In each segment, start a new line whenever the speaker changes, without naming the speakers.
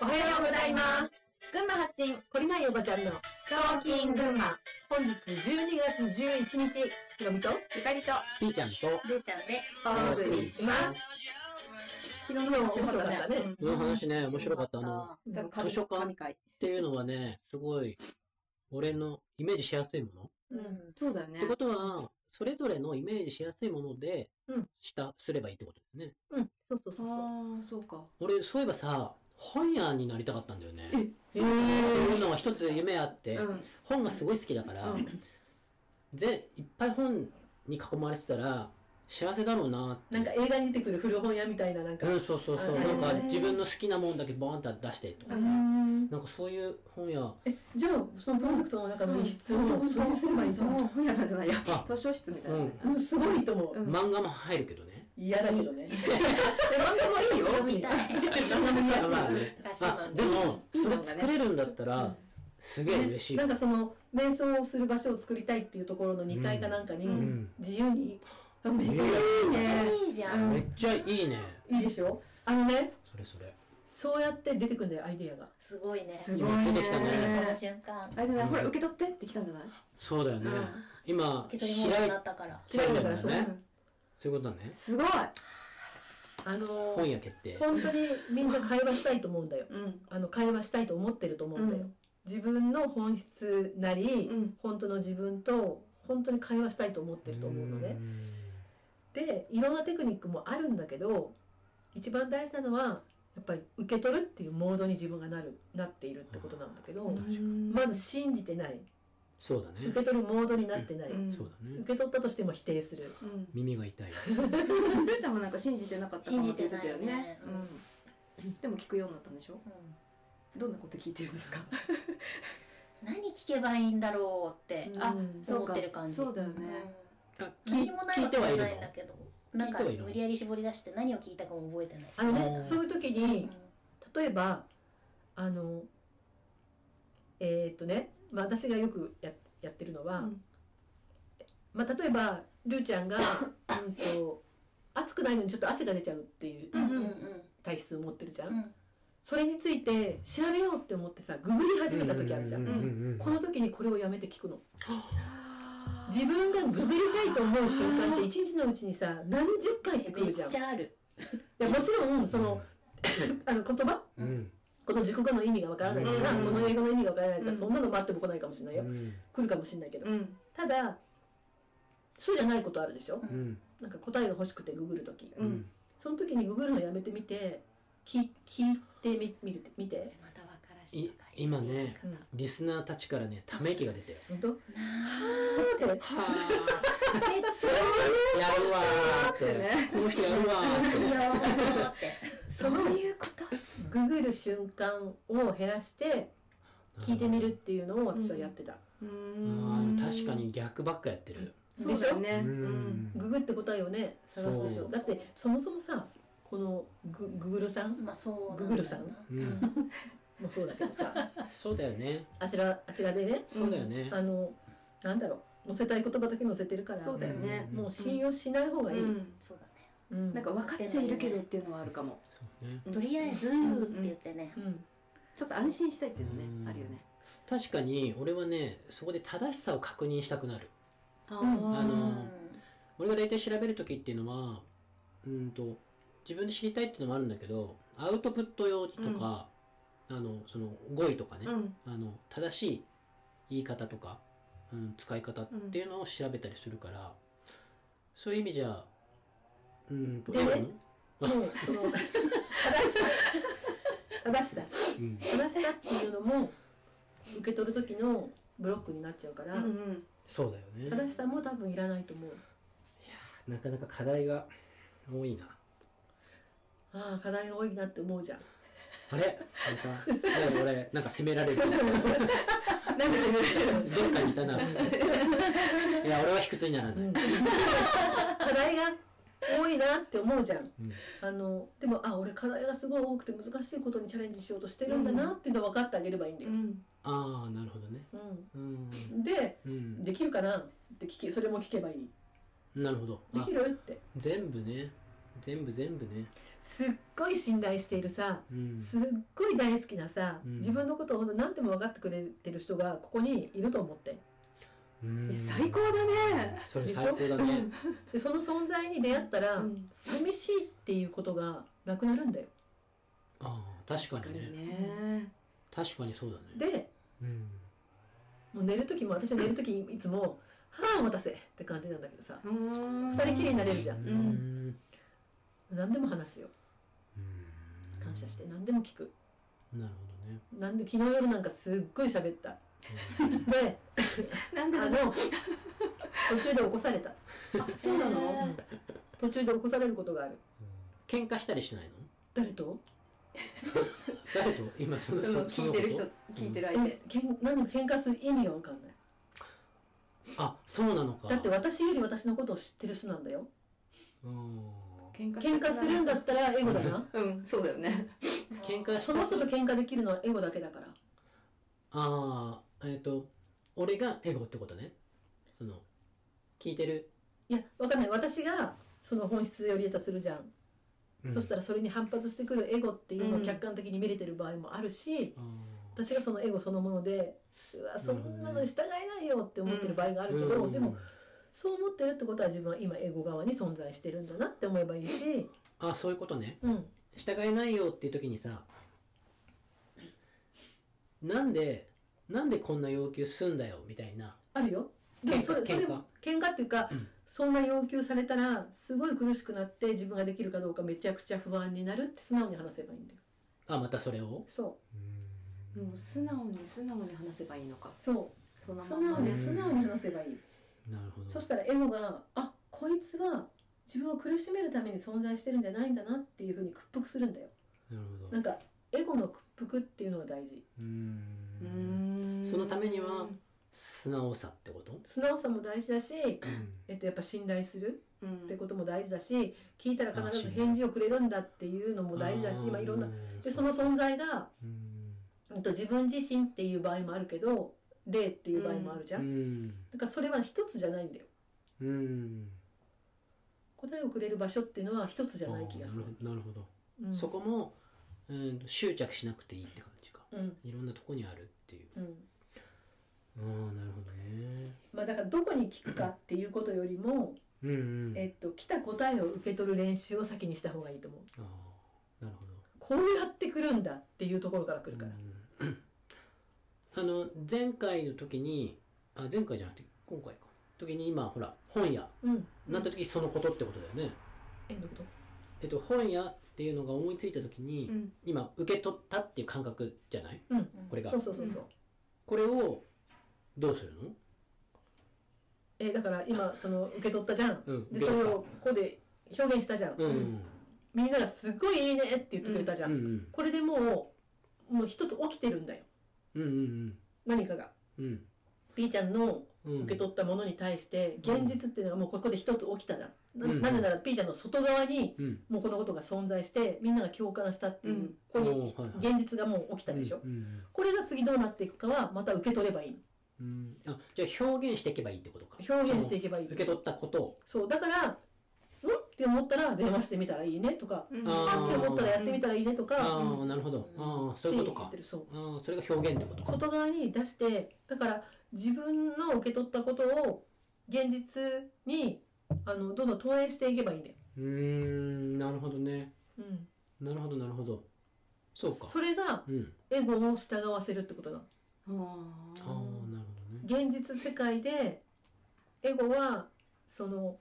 おはようございます。
群馬発信、
こりないおばちゃんの
トーキン群馬。
本日12月11日ひろみと
ゆかりと、
ひーちゃんと、
るーちゃ
お
んでお
送
送
り
り
し
し
ま
ますす。昨日の面白かったね。
面
この話ね、面白かった。あの、っ
うん多分
図書
神、
館
神会。
ていうのはね、すごい、俺のイメージしやすいもの。
うん、そうだよね
って。ことは、それぞれのイメージしやすいもので
うん、
した、すればいいってことですね。
うんそうそうそうそう
ああ、そうか。
俺、そういえばさ、本屋になりたかったんだよね。
え
っていうのは一つ夢あって、
うん。
本がすごい好きだから、
うん
ぜいっぱい本に囲まれてたら、幸せだろうなって。
なんか映画に出てくる古本屋みたいななんか
うん、そうそうそう。
あ
な
へ
ん
ー
か自分の好きなもんだけバーンって出してとか
う
さ。
ん。
なんかそういう本屋、
えじゃあそのプロジェクトの中の一室をそれにすればいいじゃん
そう本屋さんじゃないや
あ。
図書室みたいなね。
うんすごいと思
う
うん
漫画も入るけど ね。
嫌だけどね
漫画もいいよ。
み たい。
なんか
あまあね
ラッシュマ
あ
ン
で
ね。
も、
いい漫
そ
画
れ
ね
作れるんだったら、すげえ嬉しい。
なんかその瞑想をする場所を作りたいっていうところの2階かなんかに、
う
うん。
自由にあめっちゃいい
めっちゃ
ね
いいじゃ。
うん
めっちゃいいね。
いいでしょあのね
それそれ。
そうやって出てくんだよアイディアが
すごいね。
すごい
今出
ね
てきたね
この瞬間。
あれじゃない、ほら、受け取ってってきたんじゃない
そうだよね
うん。
今、
受け
開
取り物に
い
なったから。
違うんだか
開
ら
いた
そう
んだよ
ね
ね。そういうことだね。
すごい
あの
本屋決定。
本当にみんな会話したいと思うんだよ
うん。
あの会話したいと思ってると思うんだよ、
うん
自分の本質なり、
うん
本当の自分と本当に会話したいと思ってると思うのね、でいろんなテクニックもあるんだけど一番大事なのはやっぱり受け取るっていうモードに自分がなるなっているってことなんだけど、
ん
まず信じてない
そうだ
受
ね。
け取るモードになってない、
うん
そうだね
受。け取ったとしても否定する
うん。
耳が痛い。
ルーちゃんもなんか信じてなかったかもって言ってたよ
信じてないね
うん、でも聞くようになったんでしょ
うん
どんなこと聞いてるんですか
何聞けばいいんだろうって。
あ
うん
思ってる感じ。
そうだよ
うん
ね、
あ
何もない
聞
わ
いて
けじ
は
ゃ
いる
ないんだけど。なんか
聞いてはいるの
無理やり絞り出して何を聞いたかも覚えてない。
あの
う
ね
ん
そういう時
う
に
ん
例えばあのえーっとね、まあ、私がよくややってるのは、
うん
まあ、例えばルーちゃんがうんと暑くないのにちょっと汗が出ちゃうっていう
うん
うんうん
体質を持ってるじゃん、
うん
それについて調べようって思ってさググり始めた時あるじゃん,、
うううん
この時にこれをやめて聞くの
じ
自分がググりたいと思う瞬間って一日のうちにさ何十回ってく
め
るじゃ
っ
ん
ちゃある。
でもちろんそのあの言葉
うんうん
この熟語の意味がわからないから、
うん
この英語の意味がわからないから、
うん
そんなの待っても来ないかもしれないうよ、
ん
来るかもしれないけど、
うん
ただそうじゃないことあるでしょ、
うん
うん
なんか答えが欲しくてググるとき
うん
その時にググるのやめてみて聞聞いてみ見る見て
またわからし
い
いのがいい
今ね
うん
リスナーたちからねため息が出てる
本当は
なあ
ー って
は
めっちゃ
あやるわーっ
で
て
ね
この人やるわー
い
っ
いよーって。
その
いうこと
ググる瞬間を減らして
て
聞いてみるっていうのを私はやってた、
う
あ
ん
ー確かに逆ばっかやってる
そうだよねう
う
ん
ん
ググって答えをね探すでし
そ
ょ
う
だってそもそもさこのグググルさん
まあそうな
ググ
んだよな。
ルさん
うん
もそうだけど さ
そうだよね
あちらあちらでね
そうだよね
あのなんだろう載せたい言葉だけ載せてるから
そうだよね
うん
もう信用しない方がいい、
うん
そうだね。
うん
なんか分かっちゃいるけどっていうのはあるかも
そうね
とりあえずーって言ってね。
うん
ちょっと安心したいっていうのね
うん
あるよね
確かに俺はねそこで正しさを確認したくなる
あ
うん
あ
う
の
ん
俺が大体調べる時っていうのはうんと自分で知りたいっていうのもあるんだけどアウトプット用とか、あのその語彙とかね、
うん
あの正しい言い方とか、うん、使い方っていうのを調べたりするから、そういう意味じゃうんと
でね
英語の
もうその正しさ正しさ
うん
正しさっていうのも受け取る時のブロックになっちゃうから、
うん
そうだよね
正しさも多分いらないと思う
なかなか課題が多いな
ああ課題が多いなって思 うじゃん
あれまたなんか俺なんか責められるどっ
なんでね
かにいたないや俺は卑屈にならない、
うん課題が多いなって思うじゃん
うん
あのでもあ俺課題がすごい多くて難しいことにチャレンジしようとしてるんだなっていうのは分かってあげればいいんだよ、
ん
ああなるほどね
うん
うん
で
うん
できるかなって聞きそれも聞けばいい
なるほど
で
あ
きるって
全部ね全部全部ね、
すっごい信頼しているさ
うん、
すっごい大好きなさ、
うん
自分のことをほんと何でも分かってくれてる人がここにいると思って
うん
いや最高だね
それ
でしょ
最高だね
でその存在に出会ったら、
うん
寂しいっていうことがなくなるんだよ
ああ確かにね
ね
確かにそうだね
で
うん
もう寝る時も私は寝る時いつも「はあお待たせ」って感じなんだけどさ
うん
二人きりになれるじゃん
ん
何でも話すよ
うん
感謝して何でも聞く
なるほどね
なんで昨日夜なんかすっごい喋った
うん
で
なん
あ
だろ
の
うね
途中で起こされた
あそうなの
へ
途中で起こされることがある
喧嘩したりしないの
誰と
誰と今その
その
そそ
聞
の
い
こ
て
と
る人聞いてる相手
えけんなんか喧嘩する意味が分かんない
あそうなのか
だって私より私のことを知ってる人なんだよ
うん
喧嘩し
喧
たく
嘩
ない
するんだったらエゴだな
うんそうだよね
喧嘩
その人と喧嘩できるのはエゴだけだから
ああえっ、と俺がエゴってことねその聞いてる、
いや分かんない私がその本質で寄り得たするじゃん、そした
ら
らそれに反発してくるエゴっていうのを客観的に見れてる場合もあるし、私がそのエゴそのものでうわそんなの従えないよって思ってる場合があるけど、でもそう思ってるってことは自分は今エゴ側に存在してるんだなって思えばいいし、
あそういうことね
うん、
従えないよっていう時にさなんでなんでこんな要求すんだよみたいな
あるよでもそれ
喧嘩
それ
喧嘩
喧嘩っていうか、
うん
そんな要求されたらすごい苦しくなって自分ができるかどうかめちゃくちゃ不安になるって素直に話せばいいんだよ
あまたそれを
そ
もう素直に素直に話せばいいのか
うそ
その
う
まま
素直に
うん
素直に話せばいい、
なるほど
そしたらエゴがあこいつは自分を苦しめるために存在してるんじゃないんだなっていうふうに屈服するんだよ
なるほど
なんかエゴの屈服っていうのが大事
う
う
ー
んん
そのためには素直さってこと
素直さも大事だし、えっと、やっぱ信頼する
うん
ってことも大事だし聞いたら
あ
必ず
信頼
返事をくれるんだっていうのも大事だし
あー
今いろんな
うん
でその存在が、
うん
うんと、自分自身っていう場合もあるけど霊っていう場合もあるじゃ、
うんん
だからそれは一つじゃないんだよ
うん
答えをくれる場所っていうのは一つじゃない気がする、
あーなるほどなるほど
うん、
そこも、うん、執着しなくていいって感じか
うん
いろんなとこにあるってい
う
う
ん
ああなるほどね
まあだからどこに聞くかっていうことよりも、
うんうん
えっと、来た答えを受け取る練習を先にした方がいいと思う
ああなるほど
こうやってくるんだっていうところから来るから、
うんあの前回の時にあ前回じゃなくて今回か時に今ほら本屋
うん
なった時そのことってことだよね、
えどういうこと
えっと本屋っていうのが思いついた時に、
うん
今受け取ったっていう感覚じゃないこれが
そうそうそうそう、
これをどうするの
えだから今その受け取ったじゃん
うん
でそれをここで表現したじゃん、
うん
みんなが「すごいいいね」って言ってくれたじ
う
ゃ、
んうんん
これでもうもう一つ起きてるんだよ
うんうん
何かが。
うんうん
B ちゃんの
うん
受け取ったものに対して
うん
現実っていうのがもうここで一つ起きたじゃん、な
うん
なぜなら P ちゃんの外側に
うん
もうこのことが存在してみんなが共感したっていう、
うん
ここ
お
に
ーはいはい
現実がもう起きたでしょ、
うんうん
これが次どうなっていくかはまた受け取ればいい
うんあじゃあ表現していけばいいってことか
表現していけばいい
受け取ったことを
そうだから「ん?」って思ったら電話してみたらいいねとか
う
「
ん
あ」っ
あ
て思ったらやってみたらいいねとか、
あ
う
あ
ん
なるほどああそういうことか
って言ってるそう
ああそれが表現ってことか
外側に出してだから自分の受け取ったことを現実にあのどんどん投影していけばいいんだよ、
うーんなるほどね
うん、
なるほどなるほどそうか
れが
うん
エゴを従わせるってことなの
あ
ああなるほ
ー
どね
現実世界でエゴはその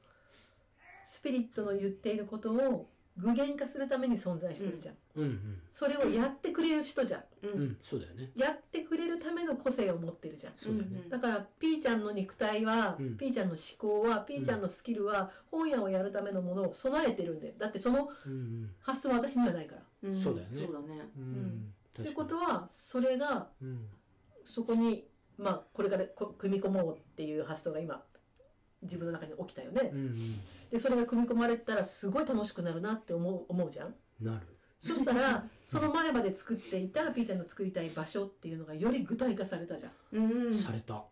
スピリットの言っていることを具現化するために存在してるじゃん、
うんうん
それをやってくれる人じゃん
うん
うんそうだよね
やってくれるための個性を持ってるじゃん
そうだよね
だから P ちゃんの肉体は、
うん
P ちゃんの思考は P ちゃんのスキルは本屋をやるためのものを備えてるんでだってその
うん
発想は私にはないから。
うん
そうだよね
そうだね
うんう
うん
ん
と
と
いうことはそれが
うん
そこに、まあ、これからこ組み込もうっていう発想が今自分の中に起きたよね
う。ん
でそれが組み込まれたらすごい楽しくなるなって思う思うじゃん。
うんなる
そした らその前まで作っていた P ちゃんの作りたい場所っていうのがより具体化されたじゃん。
うん
された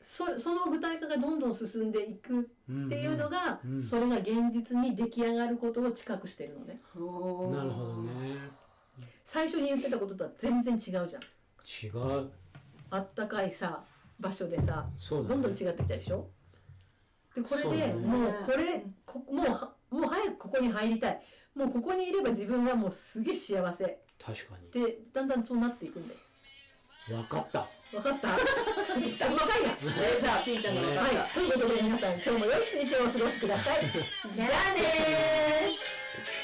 そその具体化がどんどん進んでいく
っ
っていうのが、
うんうん
それが現実に出来上がることを近くしてるのね
ほー
なるほどね
最初に言ってたこととは全然違うじゃん
違う
あったかいさ場所でさ
そう
ど
だ
ん
ね
どん違ってきたでしょでこれ
そうだ
で
ね
もうこれこもうはもう早くここに入りたいもうここにいれば自分はもうすげえ幸せ
確かに
でだんだんそうなっていくんだよ
分かった
分かった ピーター分かんないじゃあピーターの分かった、はい、 ということで皆さん今日も良い一日をお過ごしください
じゃあねー